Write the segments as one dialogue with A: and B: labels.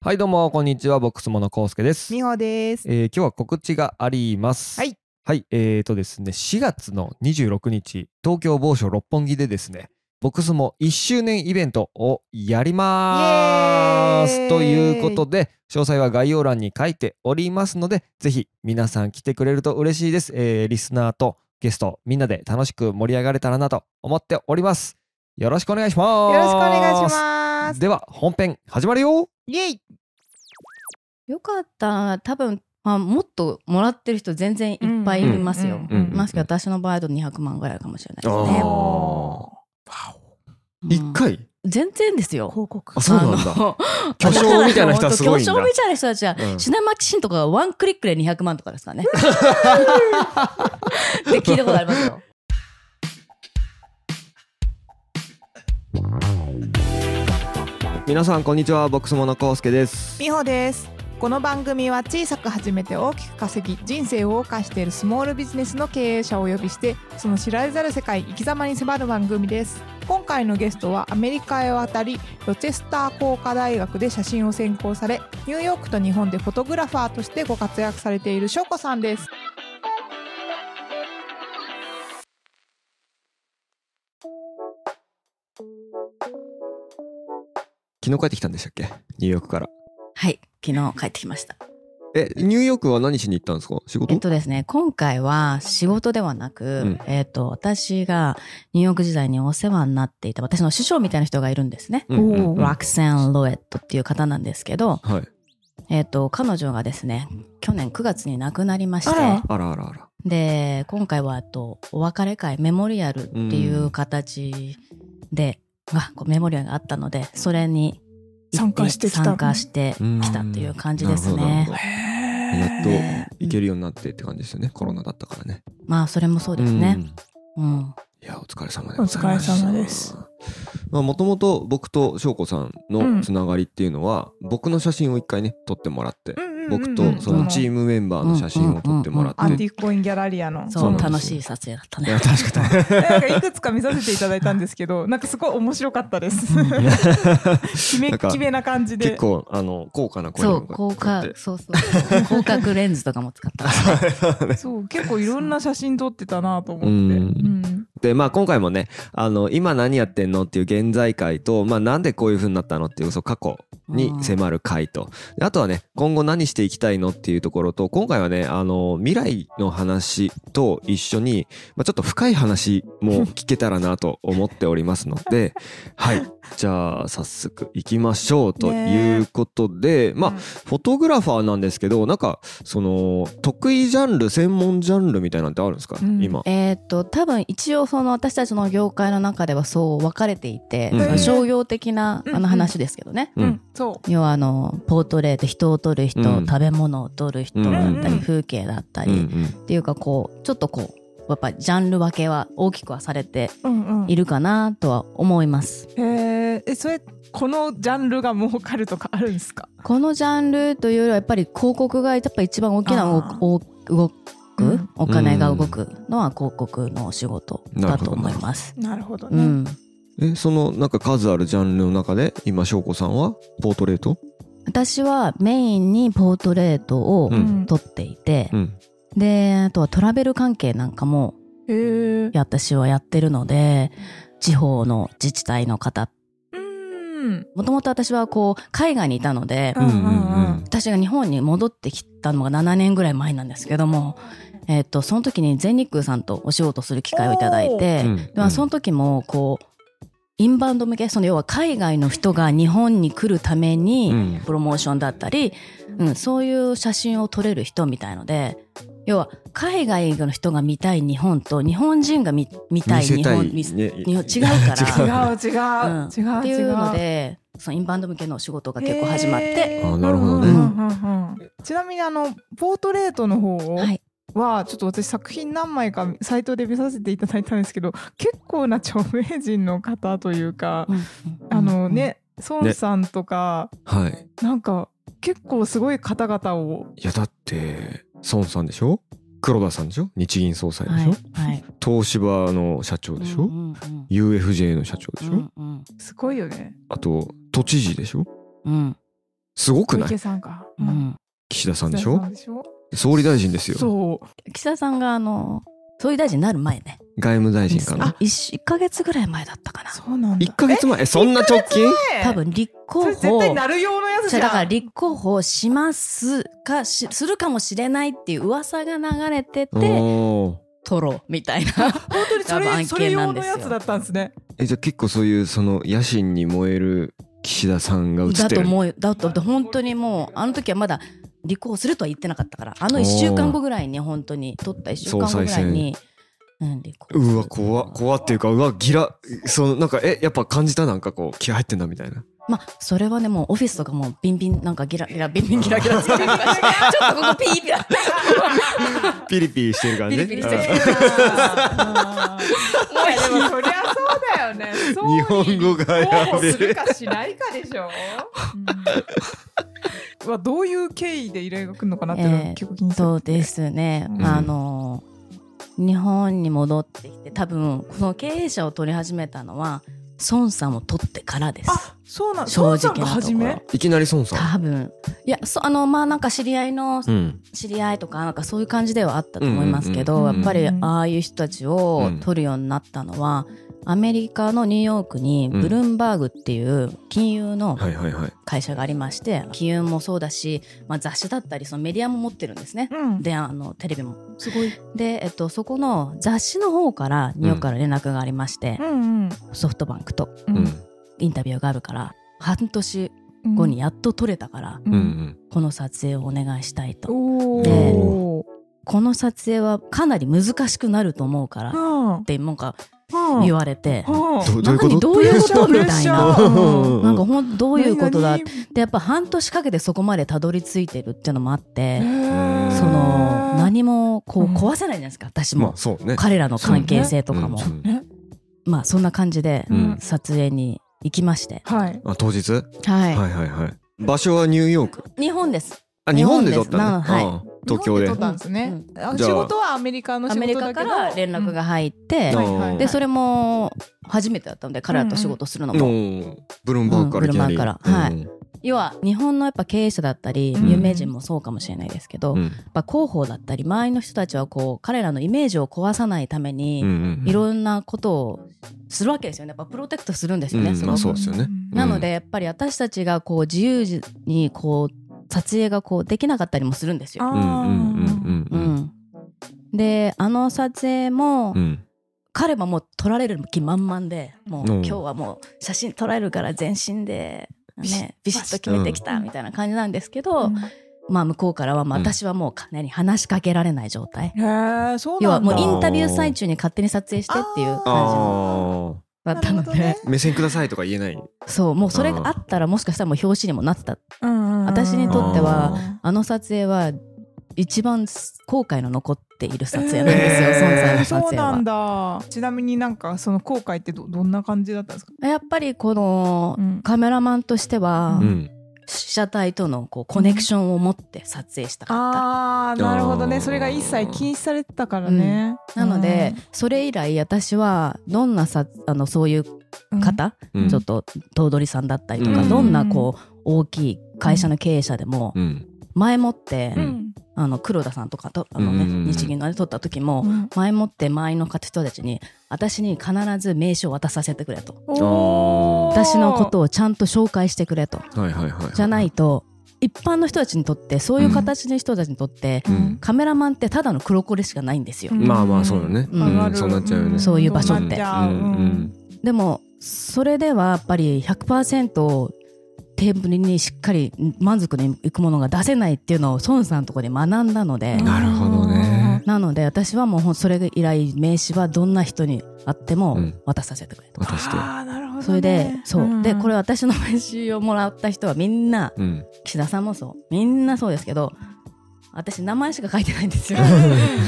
A: はいどうもこんにちはボックスモノコウスケです、え
B: みほです。
A: ー今日は告知があります
B: はい
A: はいえーとですね4月の26日東京某所六本木でですねボックスモ1周年イベントをやりま
B: イエー
A: す
B: イ
A: ということで詳細は概要欄に書いておりますのでぜひ皆さん来てくれると嬉しいです、えーリスナーとゲストみんなで楽しく盛り上がれたらなと思っておりますよろしくお願いしま
B: よ
A: す
B: ろしくお願いします。
A: では本編始まるよ
B: イエイ。
C: よかった多分、まあ、もっともらってる人全然いっぱいいますよ、
B: うんうん
A: うんうんうん
C: ますけど私の場合だと200万ぐらいかもしれないですね、
A: あ
C: うん
A: 一回
C: 全然ですよ
B: 広告
A: あそうなんだ
C: あの
A: 巨匠みたいな人はすごいんだ
C: 巨匠みたいな人たちは、
A: うん
C: シュネマキシンとかがワンクリックで200万とかです からねって聞いたことありますよ
A: 皆さんこんにちはボックスモノコウスケです
B: みほです。この番組は小さく始めて大きく稼ぎ人生を謳歌しているスモールビジネスの経営者をお呼びしてその知られざる世界生き様に迫る番組です今回のゲストはアメリカへ渡りロチェスター工科大学で写真を専攻されニューヨークと日本でフォトグラファーとしてご活躍されている翔子さんです
A: 昨日帰ってきたんでしたっけニューヨークから
C: はい昨日帰ってきました
A: えニューヨークは何しに行ったんですか仕事、
C: えっとですね、今回は仕事ではなく、
A: うん
C: えっと、私がニューヨーク時代にお世話になっていた私の師匠みたいな人がいるんですね。
A: うんうんうん
B: お
C: ロクセン・ロエットっていう方なんですけど、
A: はい
C: えっと、彼女がですね、去年9月に亡くなりまし
B: あら
C: て、
A: あらあらあら
C: で、今回は、えっと、お別れ会、メモリアルっていう形で、が、こうメモリアルがあったので、それに行っ
B: 参
C: て
B: 加してきた
C: 参加してきたという感じです
A: うんなる
C: ね
A: ほ。やっ
B: へ
A: と
C: ね
A: 行けるようになってって感じですよねコロナだったからね
C: まあ、それもそうですね。うん
A: いやお疲れ様でございました
B: お疲れ様です
A: まあもともと僕と翔子さん
B: う
A: の
B: ん
A: つながりっていうのは、僕の写真を一回ね撮ってもらって、僕
C: うんうんう
A: と
C: ん
A: そのチームメンバーの写真を撮ってもらっ
B: アンテ
A: て
B: ィークコインギャラリアの
C: そう
A: なん
C: う、
A: ですよ
C: 楽しい撮影だった
A: いや
C: ね。
A: 確かに
B: なんかいくつか見させていただいたんですけど、なんかすごい面白かったです。 きめ
A: なんか
B: きめな感じで。
A: 結構あの高価な声
C: そ
A: の
C: う、広
A: が
C: 角、そうそう。 広角レンズとかも使った。
B: そう、結構いろんな写真撮ってたなと思って。
A: う
B: うんん
A: でまあ今回もねあの今何やってんのっていう現在回と、まあ、なんでこういう風になったのっていうそう過去 に迫る回とであとはね今後何していきたいのっていうところと今回はねあの未来の話と一緒に、まあ、ちょっと深い話も聞けたらなと思っておりますのではいじゃあ早速いきましょうということで、まあ
B: うん
A: フォトグラファーなんですけどなんかその得意ジャンル専門ジャンルみたいなんてあるんですか、
B: うん
A: 今。
C: えーっと、多分一応その私たちの業界の中ではそう分かれていて、
A: うん
C: その商業的な
B: うん
C: あの話ですけどね。
B: うん、そう。
C: 要はあの、ポートレート、人を撮る人、
A: うん
C: 食べ物を撮る人だった
B: う
C: り、
B: ん
C: 風景だった
A: う
C: り、
A: んう
C: っ
A: ん
C: ていうかこう、ちょっとこう、やっぱりジャンル分けは大きくはされて
B: うんうん。
C: い
B: へ
C: るかなとは思います。
B: え、え、それ、このジャンルが儲かるとかあるんですか。
C: このジャンルというよりはやっぱり広告がやっぱ一番大きな動
B: あー
C: く動く動く、
B: うん
C: お金が動くのは広告のお仕事だと思います。
B: なるほど
C: う
B: ね。
C: ん、
A: えそのなんか数あるジャンルの中で今翔子さんはポートレート、
C: 私はメインにポートレートを
A: うん
C: 撮っていて、
A: ん、
C: であとはトラベル関係なんかも
B: へえ。
C: 私はやってるので地方の自治体の方
B: うん。
C: もともと私はこう海外にいたので、
B: うんうん
C: 私が日本に戻ってきたのが7年ぐらい前なんですけども、えっとその時に全日空さんとお仕事する機会をいただいて、でまあ、その時もこうインバウンド向けその要は海外の人が日本に来るため
A: う
C: に
A: ん
C: プロモーションだったり、うん、そういう写真を撮れる人みたいので要は海外の人が見たい日本と日本人が見見たい
A: 見せ
C: 日
A: た
C: 本
A: い
C: 見せ
A: ね
C: 日本違うから
B: 違う違う
A: 違う
B: 違う
C: うんって
B: 違
C: いう
B: う。
C: のでそのインバウンド向けのお仕事が結構始まって、
B: へ
A: あなるほどね
B: うんうんうんうんちなみにあのポートレートの方を
C: はい、
B: はちょっと私作品何枚かサイトで見させていただいたんですけど結構な著名人の方というか、
C: うん
B: あの、ね孫さんとか、
A: はい
B: なんか結構すごい方々を
A: いやだって孫さんでしょ黒田さんでしょ日銀総裁
C: うん
A: でし
C: はい
A: ょ、
C: はい、
A: 東芝の社長でしょ、
C: うんうんうん
A: UFJ の社長でしょ、
C: うんうん
B: すごいよね。
A: あと都知事でしょ
C: うん
A: すごく
B: 小
A: ない
B: 池さんか。
C: う
B: うん
C: ん、
A: 岸田さんでし
B: 小池
A: ょ
B: さんでしょ
A: 総理大臣ですよ外
B: そう。
C: 岸田さんがあの総理大臣になる前ね
A: 務大臣かな
C: 1か月ぐらい前だったかな
B: そうなんだ。
A: 1ヶ月前えそんな直近
B: え
C: 多分立
B: そ
C: 候
B: れ絶
C: 補
B: 対なる用のやつじ
C: じ
B: ゃ
C: ゃ
B: ん。
C: あだから立候補しますかしするかもしれないっていう噂が流れてて
A: おー
C: 取ろうみたいな
B: 本当にそ
C: 多分
B: れ
C: 案
B: それ
C: 件な
B: 用
C: んで
B: の
C: すよ
B: やつだったんですね。
A: えじゃあ結構そういうその野心に燃える岸田さ んが映ってる
C: だと思うだと本当にもうあの時はまだ立候補するとは言ってなかったからあの1週間後ぐらいに本当に取った1週間後ぐらいに、うん、立候補する
A: うわ怖っ怖っっていうかうわギラそのなんかえやっぱ感じたなんかこう気合入ってんだみたいな
C: まあそれはねもうオフィスとかもうビンビンなんかギラギラビンビンギラギラつけてるからちょっとここピーピー
A: ピリピリしてる感じ
C: ピリピリしてる
A: うん
B: あーでもそりゃそうだよね。そう
A: 日本語が
B: 候
A: や
B: 補
A: べ
B: する
A: え
B: かしないかでしょ。 うん、はどういう経緯で依頼が来るのかなっていうのが
C: えー
B: 結構気にする。
C: そうですね、
B: うん
C: あの日本に戻ってきて多分この経営者を取り始めたのは孫さんを取ってからです
B: あ、そうなん。
C: 正
B: そう
C: 直
B: んが
C: なと
B: 初
C: こ
B: め
C: ろ
A: いきなり孫さん
C: 多分いやそうあのまあなんか知り合いの
A: うん
C: 知り合いとかなんかそういう感じではあったと思いますけど、
B: うんうんうん
C: やっぱりああいう人たちを取るようになったのは、アメリカのニューヨークにブルームバーグっていう金融の
A: はいはいはい
C: 会社がありまして金融もそうだし、まあ、雑誌だったりそのメディアも持ってるんですね。
B: うん。
C: であのテレビも
B: すごい。
C: で、えっと、そこの雑誌の方からニューヨークから連絡がありまして
B: う、ん
C: ソフトバンクと
B: うん。
C: インタビューがあるから半年
B: うん
C: 後に。やっと取れたから、
B: う。
A: うんうんん
C: この撮影をお願いしたいと
B: お
C: で
B: お。
C: この撮影はかなり難しくなると思うからっ
B: うん。
C: てなんか
B: うん
C: 言われて、
B: う
A: ど
B: ん
A: どういうこと
C: 何どういうことみ
B: プレ
C: たいな
B: ッシャー
A: うん
C: なんかほんどういうことだっ
B: 何々
C: てやっぱ半年かけてそこまでたどり着いてるっていうのもあって、
B: へー
C: その何もこう
B: うん
C: 壊せないじゃないですか私
A: ま
C: も
A: あ、そうね
C: 彼らの関係性とかも、
A: うん
C: まあそんな感じで
A: うん
B: うん
C: 撮影に行きまして、
B: はい。
A: あ当日はい
C: はい
A: はいはい場所はニューヨーク
C: 日本です
A: あ日本で撮っ
C: 日
A: た
C: 本
A: ね
C: ですな
A: ああ東京で
B: 日本撮ったんですね。あ
A: じゃあ
B: 仕事はアメリカの
C: ア
B: 仕
C: メリ
B: 事
C: カ
B: だけど
C: から連絡が入って、
B: はいはい
C: でそ
A: れ
C: れも初めてだったので彼らと仕事するのも、
A: ブルームバーグからいきなり
C: うんブルームバーグからはい
A: うん
C: 要は日本のやっぱ経営者だったり
B: うん
C: 有名人もそうかもしれないですけど、
A: う
C: や
A: ん
C: っぱ広報だったり周りの人たちはこう彼らのイメージを壊さないため
A: うん
C: に
A: うん
C: いろんなことをするわけですよねやっぱプロテクトするんですよね、
A: うん
C: す
A: ま
C: ご
A: あ
C: く
A: そうですよね
B: うん
C: なのでやっぱり私たちがこう自由にこう撮影がこうできなかったりもするんですよ。
A: うんうんうん
C: う
A: うんうん
C: ん、であの撮影も、
A: うん
C: 彼はもう撮られる気満々でもう
A: うん
C: 今日はもう写真撮られるから全身で、ね、ビシッと決めてきたみたいな感じなんですけ
B: う
C: ど、
B: ん
C: まあ向こうからはまあ
A: うん
C: 私はもうかなり話しかけられない状態、
B: へえ、そう
C: 要
B: な
C: は
B: ん
C: も
B: だ。
C: うインタビュー最中に勝手に撮影してっていう
A: あ
C: 感
A: あ
C: じだったので、
B: なるほどね
A: 目線くださいとか言えない
C: そうもうそれがあったらもしかしたらもう表紙にもなってた私
B: 私
C: にと
A: っては
C: あの撮影は一番後悔の残っている撮影なんですよ、
A: えー
C: 孫さんの撮
B: そう
C: 影は
B: なんだちなみになんかその後悔ってどどんな感じだったんですか、
C: やっぱりこの
B: うん
C: カメラマンとしては、
B: うん
C: 被写体とのこうコネクションを持って撮影したかった、
B: あーなるほどねそれが一切禁止されてたからね、
C: なので、それ以来私はどんなさあのそういう
B: うん、
C: 方、
A: うん
C: ちょっと頭取さんだったりとか、
A: うん
C: どんなこう大きい会社の経営者でも
A: うん
C: 前もって、
B: うん
C: あの黒田さんとかとあの、ね
A: うん
C: 日銀のね撮った時も、
B: うん
C: 前もって周りの人たちに私に必ず名刺を渡させてくれと
B: おー
C: 私のことをちゃんと紹介してくれと
A: はいはいはい
C: じゃないと一般の人たちにとってそういう形の人たちにとって、
A: うん
C: カメラマンってただの黒子でしかないんですよ、
B: うん
A: まあまあそうだね
C: うん
B: わかる
A: そうなっちゃうよね
C: そういう場所って
B: そうなち
A: う
B: ゃうん
A: うん
C: でもそれではやっぱり100%テーブルにしっかり満足のいくものが出せないっていうのを孫さんのとこで学んだので、
A: なるほどね
C: なので私はもうほんそれ以来名刺はどんな人に会って
A: う
C: も
A: ん
C: 渡させてくれと、
A: 渡して
B: あーなるほどね、
C: それでそう、でこれ
B: は
C: 私の名刺をもらった人はみんな
A: うん
C: 岸田さんもそうみんなそうですけど私名前しか書いてない んですよ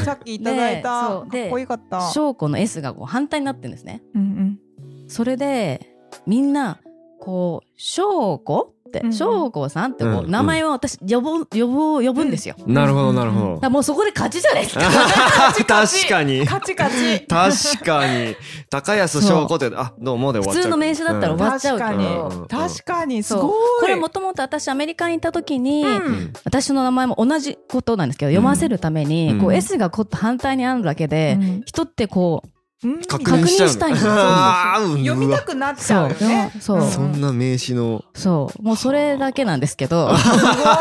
B: さっきいただいた
C: で
B: か
C: そ
B: っ
C: うで
B: こよかった
C: 翔子の S がこう反対になってるんですね
B: うん
C: それでみんなこう「翔子?」っって
B: うんう
C: 「
B: ん
C: 翔子さん」ってこ
A: うんう
C: うん名前は私呼ぼう呼ぼう呼ぶんですよ。だか
A: なるほどなるほど、
C: らもうそこで勝ちじゃないですか。
A: 確か に
B: カチカ チ。
A: 確かに高安翔子ってあどうもで終
C: 普
A: わっちゃう
C: 通の名刺だったら終わっちゃうけ
B: 確
A: うんうん
B: か
A: うん
B: に。
C: ど。
B: 確かに、す
C: そう
B: ごい。
C: これもともと私アメリカに行った時に、
B: うん
A: うん
C: 私の名前も同じことなんですけど読ませるために、
A: うん
C: こ
A: う
C: うん S がこう反対にあるだけで、人ってこう
B: うん
A: 確認しちゃうの
C: 確認したいんですよ
A: あーうん
B: 読み
A: う
B: た
A: わ
B: くなっちゃ
C: そう
B: よね。
C: うそううん
A: そんな名刺の
C: そうもうそれだけなんですけど
B: す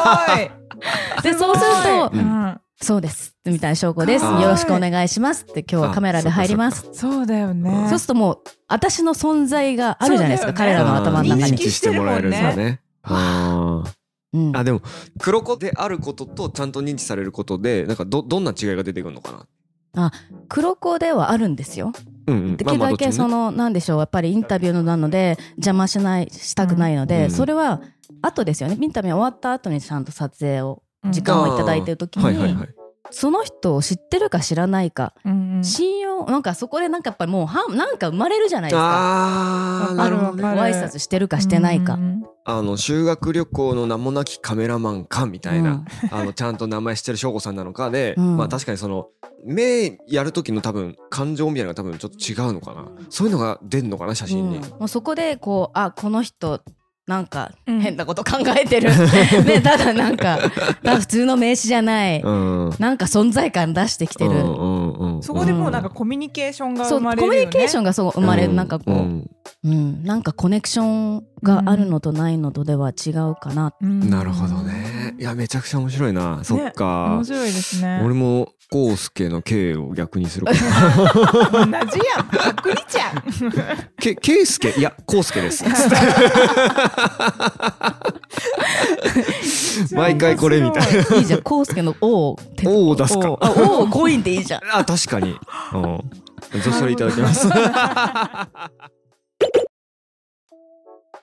B: ごい。
C: で そうすると
B: ごいうん
C: そうですみたいな証拠です
A: かわいい
C: よろしくお願いしますって今日はカメラで入ります
B: そうだよね。
C: そうするともう私の存在があるじゃないですか、
B: そうだ
C: 彼
B: よね
C: らの頭の中
A: 認
C: に、
A: 識してもらえるんだねあー
C: うん、
A: あでも黒子であることとちゃんと認知されることでなんかどどんな違いが出てくるのかな
C: 黒子ではあるんですよ
A: うんうん
C: で
A: ま
C: きる
A: あ
C: だ
A: まあどっちも
C: け
A: ね
C: そのなんでしょうやっぱりインタビューのなので邪魔しないしたくないので、
A: うん
C: それは後ですよねインタビュー終わった後にちゃんと撮影を
B: うん
C: 時間をいただいてる時に、
A: はいはいはい
C: その人を知ってるか知らないか、
B: うんうん
C: 信用なんかそこでなんかやっぱりもうはなんか生まれるじゃないですか
A: あー
B: わか
A: な
B: る
A: る
B: わ
A: ほ
B: か
A: ど
B: る
A: ね
C: ご挨拶してるかしてないか、
B: うん
A: あの修学旅行の名もなきカメラマンかみたいな、あのちゃんと名前知ってる翔子さんなのかで、
C: うん
A: まあ確かにその目やる時の多分感情みたいなのが多分ちょっと違うのかなそういうのが出るのかな写真に、
C: うんもうそこでこうあこの人なんか
B: うん
C: 変なこと考え てる、ねただなんかただ普通の名刺じゃない、
A: うん、
C: なんか存在感出してきてる、
A: うんうんうん
B: そこでもうなんかコミュニケーションが
C: そ
B: 生
C: うコ
B: ま
C: ミ
B: れるよね。
C: ュニケーションがそう生まれる、
A: う
C: なんかこう、
A: ん
C: うん、なんかコネクションがあるのとないのとでは違うかな、
B: うん
A: なるほどねいやめちゃくちゃ面白いな、そっか
B: 面白いですね。
A: 俺も康介の K を逆にするかな
B: 同じやん。パクリちゃん。
A: け圭介いや康介 です毎回これみたい
B: な。
C: いいじゃん康介の「王を手
A: おを出す
C: 王
A: か
C: あ王 をコインでいいじゃん
A: あ確かに、うん、じゃあそれいただきます
B: なるほど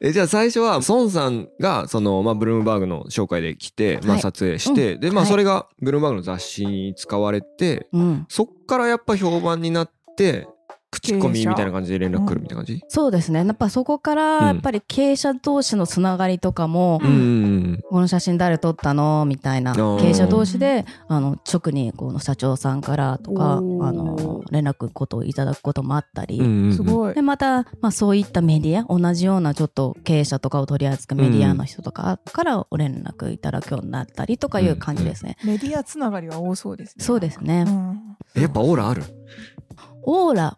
A: えじゃあ最初は孫さんがその、まあ、ブルームバーグの紹介で来て、ま
C: は
A: あ、
C: い
A: 撮影して、で、まあ、
C: はい
A: それがブルームバーグの雑誌に使われて
C: うん、
A: そっからやっぱ評判になって口コミみたいな感じで連絡来るみたいな感じ
C: そうですねやっぱそこから
A: うん
C: やっぱり経営者同士のつながりとかも、
A: うんうん
C: この写真誰撮ったのみたいな
A: ー
C: 経営者同士であの直にこの社長さんからとかあ
B: おー
C: の連絡ことをいただくこともあったり、
A: うんうんうん
B: すごい
C: で。また、まあ、そういったメディア同じようなちょっと経営者とかを取り扱うメディアの人とかからお連絡いただくようになったりとかいう感じですね。
B: メディアつながりは多そうですね。
C: そうですね。
B: うん
A: やっぱオーラある、
C: オーラ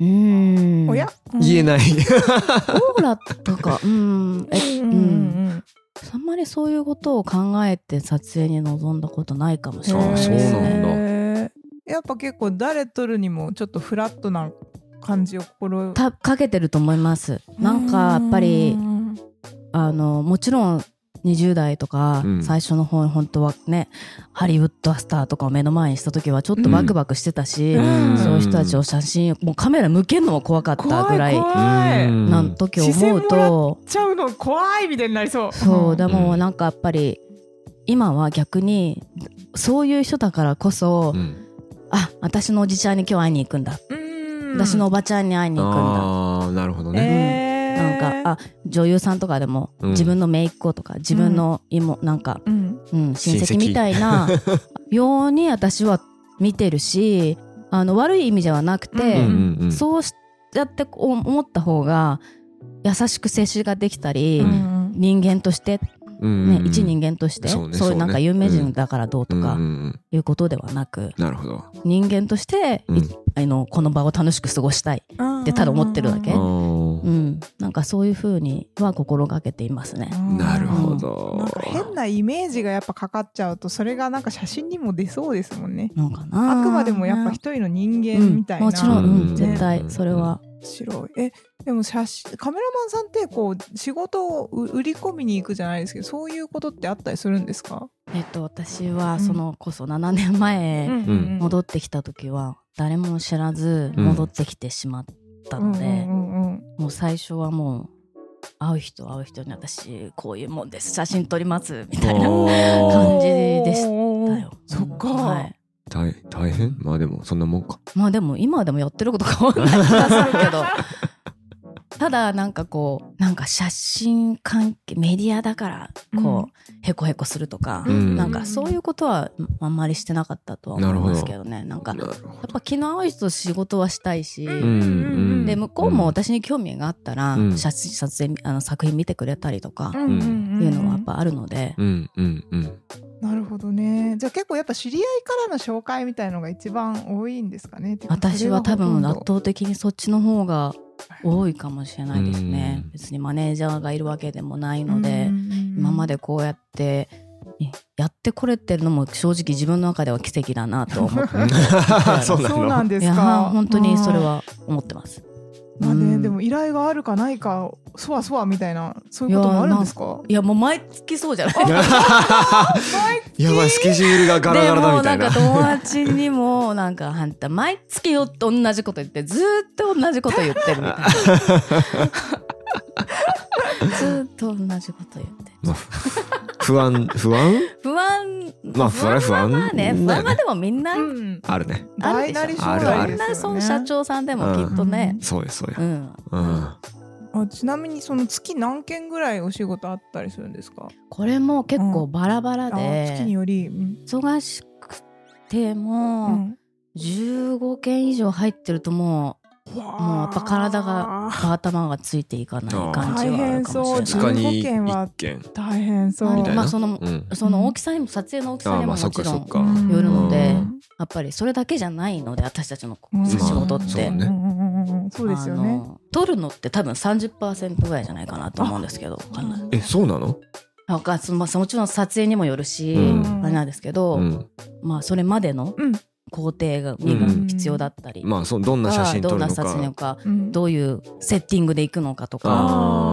C: うーん
B: おや
A: 言えない
C: オーラとかうーんえ
B: うんうん
C: あんまりそういうことを考えて撮影に臨んだことないかもし
B: う
C: れ
B: ん
C: ない
A: あそうなんだ
B: へーやっぱ結構誰撮るにもちょっとフラットな感じを心
C: たかけてると思いますなんかやっぱり
B: うん
C: あのもちろん20代とか
A: うん
C: 最初の方に本当はね、ハリウッドスターとかを目の前にした時はちょっとバクバクしてたし、
B: うん
C: そういう人たちを写真もうカメラ向けるのも怖かった
B: 怖
C: ぐ
B: い
C: らい
B: 怖い。
A: うん
C: なん時を思う
B: 視線
C: と、
B: ちゃうの怖いみたいになりそう。
C: そうでも
A: うん
C: なんかやっぱり今は逆にそういう人だからこそ、
A: うん
C: あ私のおじちゃんに今日会いに行くんだ、
B: うん
C: 私のおばちゃんに会いに行くんだ。
A: ああなるほどね、
B: え
C: なん
B: ー
C: かあ女優さんとかでも、
A: うん
C: 自分の姪っ子とか自分の妹、なんか
B: うん
C: うん、親
A: 親戚
C: 戚みた いなように私は見てるしあの悪い意味ではなく
A: う
C: て、
A: んうんうん、
C: そうしやってこう思った方が優しく接しができたり、
A: うん
C: 人間として、ね
A: うんうんうん
C: 一人間として
A: そ
C: そうう,、
A: ねそうね
C: いうなんか有名人だからどうと
A: うんう
C: か
A: んうん
C: いうことではなく、
A: なるほど
C: 人間として、い
A: うん
C: あのこの場を楽しく過ごしたい、ってただ思ってるだけ
A: あー
C: うん、なんかそういうふうには心がけていますね。
A: なるほ
B: なん
A: ど
B: か変なイメージがやっぱかかっちゃうとそれがなんか写真にも出そうですもんね
C: なんかな
B: あくまでもやっぱ一人の人間みたいな、
C: うんもちろん、
A: う
C: うんん、絶対それは、
B: 白いえでも写真カメラマンさんってこう仕事を売り込みに行くじゃないですけどそういうことってあったりするんですか、
C: えっと、私はそのこそ7年前
A: ん
C: 戻ってきた時は誰も知らず
A: うん
C: 戻ってきてしまったので、
B: うんうんうん
C: もう最初はもう会う人会う人に私こういうもんです写真撮りますみたいな
A: おー
C: 感じでしただよ。
B: そっか、
C: うんはい、
A: 大大変まあでもそんなもんか
C: まあでも今でもやってること変わんない気がするけどただなんかこうなんか写真関係メディアだからこう、へこへこするとか、
A: うん
C: なんかそういうことはあんまりしてなかったとは思いますけどねなんかやっぱ気の合う人と仕事はしたいし、
B: うん
A: うんうん
C: で向こうも私に興味があったら、
A: うん
C: 写真撮影あの作品見てくれたりとか
B: うんうんうん
C: いうのはやっぱあるので、
A: うんうん うん
B: なるほどねじゃあ結構やっぱ知り合いからの紹介みたいのが一番多いんですかねてか
C: 私は多分
B: それほ
C: 圧
B: とんど
C: 倒的にそっちの方が多いかもしれないですね、
A: うん
C: 別にマネージャーがいるわけでもないので、
B: うんうんうん
C: 今までこうやっていやってこれてるのも正直自分の中では奇跡だな と思って
A: そうなの
B: そうなんで
C: い
B: す
C: や
B: か
C: 本当にそれは思ってます。
B: まあ
C: う
B: ね
C: ん
B: でも依頼があるかないかそわそわみたいなそういうこともあるんですか
C: いやもう毎月そうじゃない
A: やばいスケジュールがガラガラだみたいな
C: でもうなんか友達にもなんかあんた毎月よ同じこと言ってずーっと同じこと言ってる みたいなずーっと同じこと言って
A: まあ 不安不安
C: 不安
A: まあそれは不安
C: まあね
A: だよね
C: 不安はでもみんなあ
B: う
C: る
B: ん
A: あるね
B: 大なり小
A: ある
B: な
A: あ
B: り
A: る
B: ですよね
C: その社長さんでもきっとね
A: そうですそうです
C: うん
A: うん
B: あちなみにその月何件ぐらいお仕事あったりするんですか
C: これも結構バラバラ
B: あ月に
C: で
B: より、うん
C: 忙しくて
B: う
C: も
B: ん
C: 15件以上入ってるともうもうやっぱ体が頭がついていかない感じはあるかもしれ
B: 大
A: 2日に
B: 変そう15
C: ない。
B: 件は
A: 1件
B: 大変そう
A: みたいな
C: まあその
A: うん
C: その大きさにも撮影の大き
A: あ
C: さに
A: ま
C: も
A: あそ
C: も
A: っか
C: ちろ
A: そっ
C: ん
A: か
B: うん
C: よるの
B: う
C: で
B: ん
C: やっぱりそれだけじゃないので私たちの
B: うん
C: 仕事っ
A: そう
C: て
A: ね。
B: うんうんうんうんそうですよ
C: あ
B: ね
C: の撮るのって多分30%ぐらいじゃないかなと思うんですけどわかんない
A: えそうなの
C: わかんそのまあもちろん撮影にもよるし、
A: うん
C: あれなんですけど、
A: うん
C: まあそれまでの
B: うん
C: 工程が
A: うん
C: 必要だったり、
A: まあそうどんな写真撮
C: ど
A: る
C: ん
A: の
C: な
A: か
C: 撮影か
B: うん
C: どういうセッティングで行くのかとか
A: あー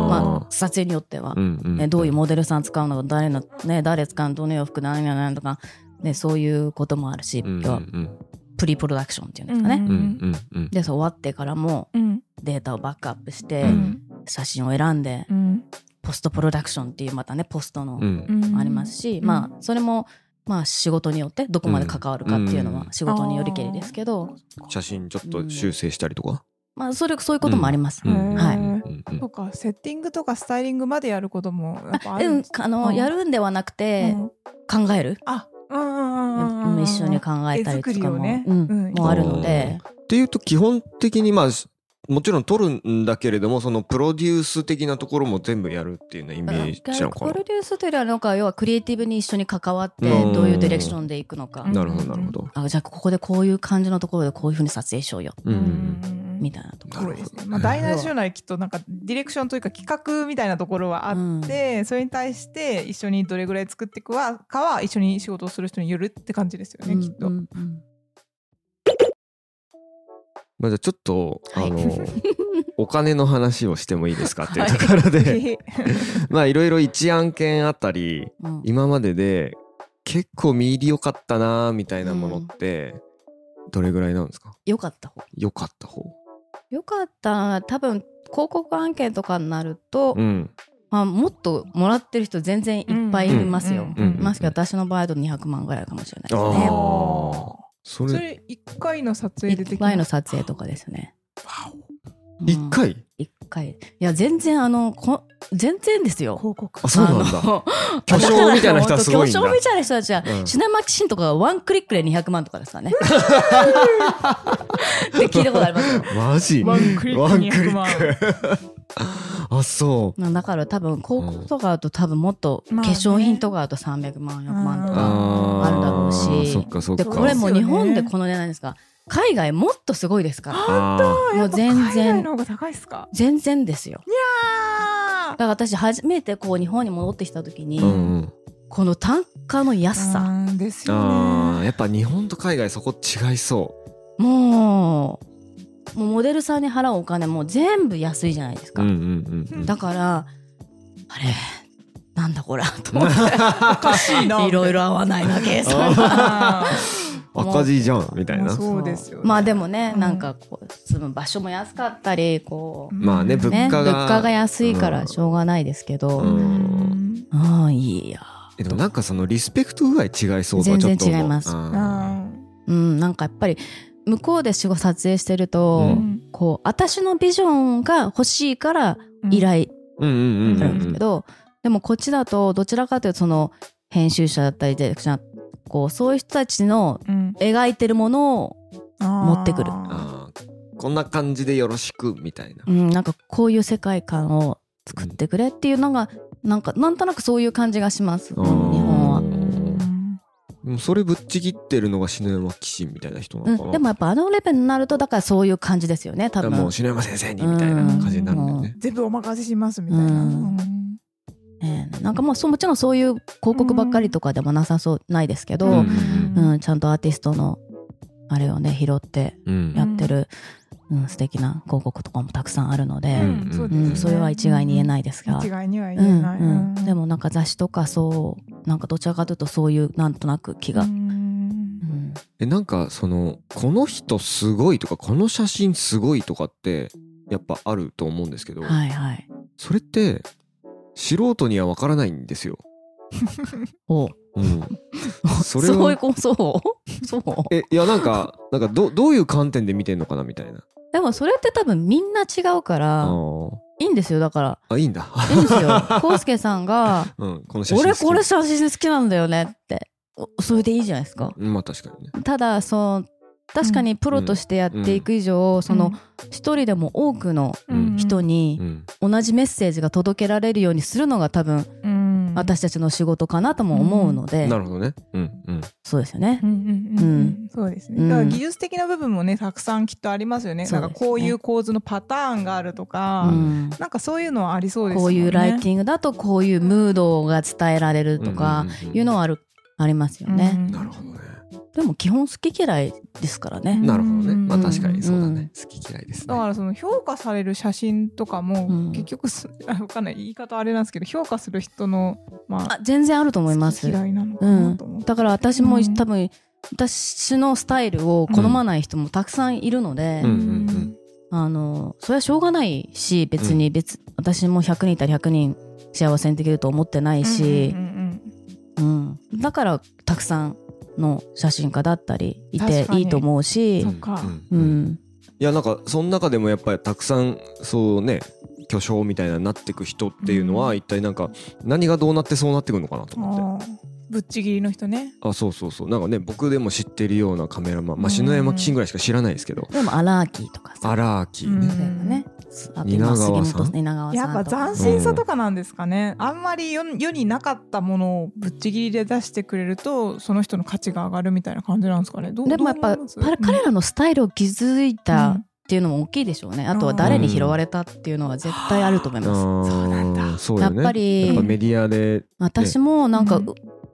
C: まあ、撮影によっては、
A: うんうん
C: ね、どういうモデルさん使うのか誰の、ね、誰使うのどの洋服何々何とか、ね、そういうこともあるし、
A: うんうんう
C: 要は
A: ん
C: プリプロダクションっていうんですかね。
B: うん
A: うんうんうん
C: でそう終わってからも
B: うん
C: データをバックアップして、
A: う
B: うんん
C: 写真を選んで
B: うん
C: ポストプロダクションっていうまたねポスト
A: う
C: の
A: ん
B: うん
C: ありますし、
B: うん
C: まあそれもまあ仕事によってどこまで関わるかっていうの
A: う
C: は
A: ん
C: 仕事によりけりですけど、
A: 写真ちょっと修正したりとか
C: まあそれそういうこともあります。
B: うんはい
A: うんうん
B: そうかセッティングとかスタイリングまでやることもやっぱあ
C: う
B: るん
C: ん
B: です、
C: あの、
B: うん
C: やるんではなくて
B: うん
C: 考える、
B: あうんうんうんうんうん
C: 一緒に考えたりと
B: 手作り
C: か
B: を
C: も、
B: ね
C: うん
B: うん
C: もあるので、
A: っていうと基本的にまあしもちろん撮るんだけれどもそのプロデュース的なところも全部やるっていうようなイメ
C: だか
A: ー
C: ら
A: ジなのか
C: プロデュースというよりはなんか要はクリエイティブに一緒に関わって
A: うん
C: どういうディレクションでいくのか
A: な。なるほどなるほど
C: あじゃあここでこういう感じのところでこういうふうに撮影しようよ
A: うん
B: うん
C: みたいなとこ
B: すごいです
A: なるほ。ど
B: ねまあ、大なり小なりきっとなんかディレクションというか企画みたいなところはあって、それに対して一緒にどれぐらい作っていくわかは一緒に仕事をする人によるって感じですよね、きっと。
C: うんうん
A: まあじゃあちょっとあ
C: はい
A: のお金の話をしてもいいですかっていうところ でまあいろいろ一案件あたり
C: うんうん
A: 今までで結構見入り良かったなみたいなものってどれぐらいなんですか
C: よかった方
A: 良かった方
C: よかった多分広告案件とかになると、
A: うん
C: まあ、もっともらってる人全然いっぱいいますよ、
B: うんうん
A: うんうん
C: いますけど私の場合だと200万ぐらいかもしれないです
A: あー
C: ね
A: そ
B: そ
A: れ
B: れ一回の撮影でで
C: 1
B: きる
C: 回の撮影とかですねうん
A: 一回
C: 一回いや全然あのこ全然ですよ
B: 広告
A: あそうなんだ
C: あの
A: 巨匠みたいな人はすごいんだ
C: 巨匠みたいな人たちは、
A: うん
C: シネマキシンとかがワンクリックで200万とかで すからね。 って聞いたことありますよ。
A: マジ
B: ワンクリック200万
A: ワンクリック あそう
C: まあだから多分広告とかだと多分もっと化粧品とかだと300万400万と
B: ま
C: か、
A: あー
C: あるだろうし
A: そっかそっか
C: でこれも
B: そうで
C: 日
B: すよね
C: 本でこの値段ですが海外もっとすごいですから
A: あ
C: もう全
B: 海外
C: 然
B: の方が高いっすか
C: 全然ですよ
B: あ
C: だから私初めてこう日本に戻ってきた時に、
A: ーうんうん
C: この単価の安さ、
B: ーですよ
A: あー
B: ね。
A: やっぱ日本と海外そこ違いそう
C: もうもうモデルさんに払うお金も全部安いじゃないですか、
A: うんうんうんうん
C: だからあれなんだこれと思っ
B: おかしいな。
C: ていろいろ合わない な計算が。
B: あ
A: 赤字じゃんみたいな
B: もうそうですよね
C: まあでもね、
B: うん
C: なんかこう住む場所も安かったりこ
B: ー。
A: まあね
B: うん
A: 物
C: う、ね、
A: 価
C: 物
A: が
C: 価が安いからしょうがないですけど、
A: う
B: うんん
C: ああいいや
A: えでもなんかそのリスペクト具合違いそうだ
C: 全然
A: ちょっと思う
C: 違います
A: あ
B: あ
A: ー
B: ー
C: うんなんかやっぱり向こうで仕事撮影してると、
A: う
B: うん
C: こう私のビジョンが欲しいから依頼
A: うんうんうん
C: す
A: う
C: るんです
A: ん
C: けど、でもこっちだとどちらかというとその編集者だったりディレクションこうそういう人たちの
B: うん
C: 描いてるものを、
B: 持
C: ってくる
A: あーこんな感じでよろしくみたいな
C: うん、なんかこういう世界観を作ってくれっていうのがなんかなんとなくそういう感じがします、
A: うん
C: 日本は。
A: でもそれぶっちぎってるのが篠山騎士みたいな人な
C: う
A: のかな、
C: ん、でもやっぱあのレベルになるとだからそういう感じですよね多
A: だからも
C: 分
A: う、篠山先生にみたいな感じになるんだよね、
B: 全部お任せしますみたいな。
C: うん
B: うん
C: ええなんかもうそうもちろんそういう広告ばっかりとかでもなさそうないですけど、
A: うん
C: うんちゃんとアーティストのあれをね拾って
A: うん
C: やってる、うん素敵な広告とかもたくさんあるの
B: う
C: で、
B: んう
C: う
B: で
C: ん
B: すね
C: それは一概に言えないですが、
B: 一概には
C: う
B: 言え
C: ん
B: ない。
C: うんでもなんか雑誌とかそうなんかどちらかというとそういうなんとなく気が、
B: う
C: うん
B: ん
A: えなんかそのこの人すごいとかこの写真すごいとかってやっぱあると思うんですけど、
C: はいはい
A: それって素人にはわからないんですよ、
C: お
A: うん、それ
C: そうい
A: は
C: うこそうそう
A: えいやなんかなんかどどういう観点で見てんのかなみたいな
C: でもそれって多分みんな違うから、
A: あー
C: いいんですよだから
A: あいいんだ、
C: いいんです よコウスケさんが
A: うん、この
C: 「
A: 写真
C: 俺
A: 好き
C: これ写真好きなんだよね」っておそれでいいじゃないですか
A: うんまあ確かにね
C: ただその確かにプロとしてやっていく以上、その一人でも多くの
A: うん
C: 人に
A: うん
C: 同じメッセージが届けられるようにするのが多分
B: うん、
C: 私たちの仕事かなとも思うので、
A: なるほどねうんうん
C: そうですよね
B: う。んうんうんうんそうです
C: う
B: ね。
C: ん
B: だから技術的な部分もね、たくさんきっとありますよね。
C: そ
B: な
C: うんですね
B: かこういう構図のパターンがあると
C: う
B: か、
C: ん
B: なんかそういうのはありそうですよ
C: こう
B: ね。
C: いうライティングだとこういうムードが伝えられると
A: う
C: か
A: んうんうんうん
C: いうのはあるありますよ
B: う
C: ね、
B: ん
A: なるほどね
C: でも基本好き嫌いですからね、
A: なるほどね
B: うん
A: まあ確かにそうだね好き嫌いです
B: だ
A: ね
B: からその評価される写真とか
C: うん
B: も結局す、 あわかんない言い方あれなんですけど評価する人のまあ
C: あ全然あると思いま
B: 好
C: す
B: き嫌いなのかなと思って、
C: だから私も
B: うん
C: 多分私のスタイルを好まない人もたくさんいるので、
A: うんうんうん
C: あのそれはしょうがないし別に別、私も100人いたら100人幸せにできると思ってないし
B: うん、うん
C: うんだからたくさんの写真家だったりいて
B: 確かに
C: いいと思うし
B: そっか
C: う
A: うん
C: ん、
A: いやなんかその中でもやっぱりたくさんそうね巨匠みたいなになってく人っていうのは
B: う
A: 一体なんか何がどうなってそうなってくるのかなと
B: うん
A: 思って。
B: あーぶっちぎりの人ね
A: あそうそうそうなんかね僕でも知ってるようなカメラマンま
B: う
A: あ
B: ん
A: 篠山紀信ぐらいしか知らないですけど
C: でもアラーキーとかさ
A: アラーキーね
C: 例えばねあと
A: 蜷
C: 今
A: 川さ
C: 杉
A: ん
C: 本蜷川
B: やっ
C: さ
B: ぱ
C: んとか
B: 斬新さとかなんですかね、あんまり世世になかったものをぶっちぎりで出してくれるとその人の価値が上がるみたいな感じなんですかねどう
C: でもやっぱ
B: どう思います
C: パラ彼らのスタイルを築いた、
B: うん
C: っていうのも大きいでしょうねあとは誰に拾われたっていうのは絶対あると思い
A: あ
C: ま
A: ー
C: す、
B: そうなんだ
A: そうよね
C: やっぱり
A: やっぱメディアで
C: 私もなんか、
B: うん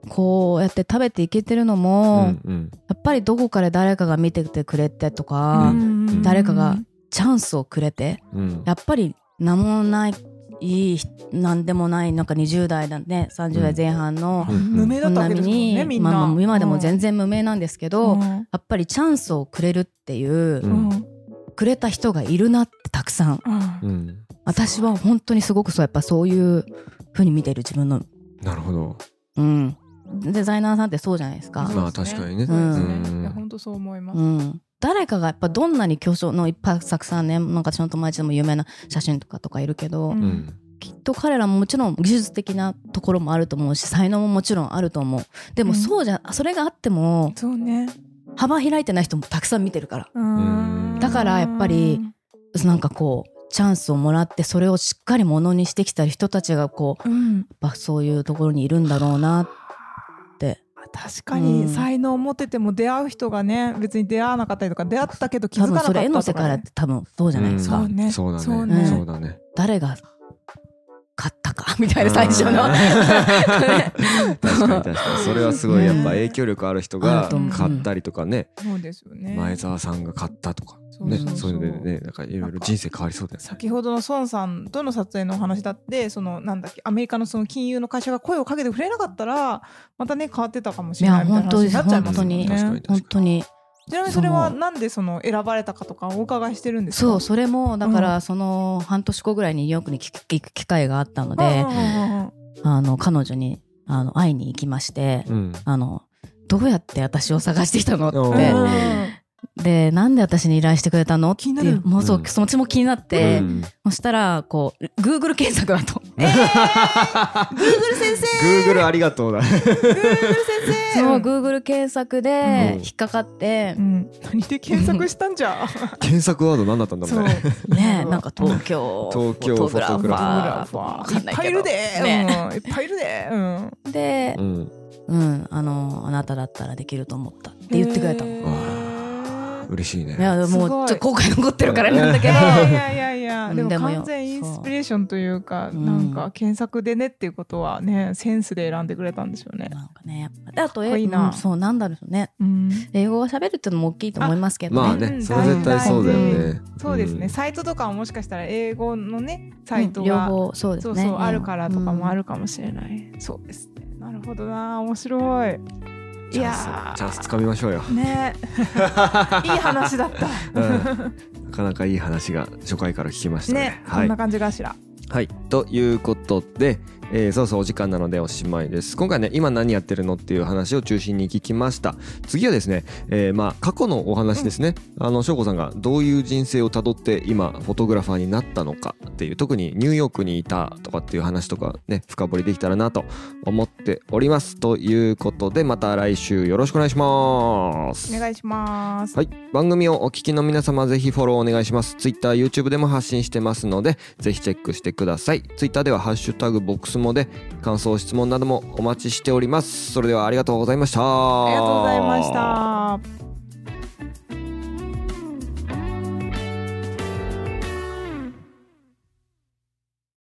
C: こうやって食べていけてるの
A: う
C: も、
A: んうん
C: やっぱりどこかで誰かが見ててくれてとか、
A: うん
C: 誰かがチャンスをくれて
A: うん
C: やっぱり何もないいい何でもないなんか20代だね30代前半の
A: うん
B: 無名だったわ
C: 女
B: けで
C: 見
B: すもん
C: に、
B: ねみんな、
C: まあ、もう今でも
B: 然
C: 全然無名なんですけど、やっぱりチャンスをくれるっていう、
A: うん
C: くれた人がいるなってたくさん
A: うん
C: 私は本当にすごくそうやっぱそういう風に見てる自分の、
A: なるほど
C: うん、デザイナーさんってそうじゃないですか。
A: まあ確かにね
B: うん
A: うん
B: いや本当そう思います、
C: うん誰かがやっぱどんなに巨匠のいっぱいたくさんねなんか私の友達でも有名な写真とかとかいるけど、
B: うん
A: うん
C: きっと彼らももちろん技術的なところもあると思うし才能ももちろんあると思うで
B: う
C: も
B: ん
C: そうじゃ、それがあっても
B: そうね
C: 幅開いてない人もたくさん見てるから
B: うん
A: だ
C: からやっぱりなんかこうチャンスをもらってそれをしっかりものにしてきた人たちがこう
B: うん
C: やっぱそういうところにいるんだろうなって
B: 確か
C: う
B: に
C: ん
B: 才能を持ってても出会う人がね別に出会わなかったりとか出会ったけど気づ
C: 多
B: かなかったと
C: 分そ
B: か、
C: れ
B: ね、
C: 絵の世界だって多分そうじゃないですか、
B: うんそうね
A: そうだね
B: そう
C: ね
A: そうだね
C: 誰が買ったかみたいな 最初の
A: うん確かに確かにそれはすごいやっぱ影響力ある人
C: ある
A: が
C: と
B: 思う
A: 買ったりとかね
B: そうですよね
A: 前澤さんが買ったとか
B: そう
A: ね
B: そうそう
A: そういうのでねなんかいろいろ人生変わりそうだよね
B: 先ほどの孫さんとの撮影のお話だってそのなんだっけアメリカのその金融の会社が声をかけてくれなかったらまたね変わってたかもしれない
C: い
B: み
C: や
B: たいな話になっちゃいますよね
C: 本
A: 当です本当に
C: 本当に
B: ちなみにそれは
C: そう
B: なんでその選ばれたかとかお伺いしてるんですか
C: そうそれもだか
B: う
C: らその半年後ぐらいにニューヨークに聞行く機会があった
B: う
C: の
B: んうん
C: で
B: うんうん
C: あの彼女にあの会いに行きまして
A: うん
C: あのどうやって私を探してきたのって
B: うん
C: でなんで私に依頼してくれたのって
B: 気になる
C: もうそう、
A: うん
C: そっちも気になって、
A: うん
C: そしたらこう Google 検索だと
B: えー、Google 先生
A: Google ありがとうだ
B: Google 先生
C: その Google 検索で
A: うん
C: 引っかかって
B: う、ん、何で検索したんじゃ
A: 検索ワード何だったんだろ
B: そうう
A: ね
C: ねなんか東京
A: 東京
C: フォトグラフ
A: フォトグラフ
C: ァーわ
B: い
C: か
B: っ
C: んな
B: ぱいい
C: け
B: る
C: ど
B: で、
C: ね
B: うん、いっぱいいるで、うん、
C: で
A: う、ん
C: うん、あのあなただったらできると思ったって言ってくれたの。
B: へ
C: い
B: ー
A: 嬉しいね
C: や
B: すごい
C: もうちょっと後悔残ってるからなんだ
B: い
C: けど
B: やいやいやいや
C: うん
B: でも
C: でもよ
B: 完全インスピレーションというか
C: そう
B: なんか検索でねっていうことはねセンスで選んでくれたんでしょうね。
C: なんかねやっぱであと
B: かっこいいな
C: うんそうなんだろうね
B: うん、
C: 英語を喋るっていうのも大きいと思いますけどね。
A: まあ
B: う
A: ね
B: ん
A: それは絶対そうだよ
B: 大
A: ね
B: そうですね、
A: ん
B: サイトとかはもしかしたら英語のねサイト
C: うん両
B: が、
C: 方そうです
B: そう
C: ね。
B: そうあるからとかもあ
C: る。
B: るかもしれない、そうですねなるほどな面白いい
A: チャンス
B: や
A: チャンスつかみましょうよ
B: ーね いい話 だった
A: うんなかなかいい話が初回から聞きましたね
B: ね、
A: は
B: こん
A: い
B: な感じかしら
A: はい。ということで、えー、そろそろお時間なのでおしまいです。今回ね、今何やってるのっていう話を中心に聞きました。次はですね、えーまあ、過去のお話ですね。あの、翔子さんがどういう人生をたどって今、フォトグラファーになったのかっていう、特にニューヨークにいたとかっていう話とかね、深掘りできたらなと思っております。ということで、また来週よろしくお願いします。
B: お願いします、
A: はい、番組をお聞きの皆様ぜひフォローお願いします。Twitter、YouTube でも発信してますので、ぜひチェックしてください。Twitter ではハッシュタグボックスモで感想、質問などもお待ちしております。それではありがとうございました。
B: ありがとうございました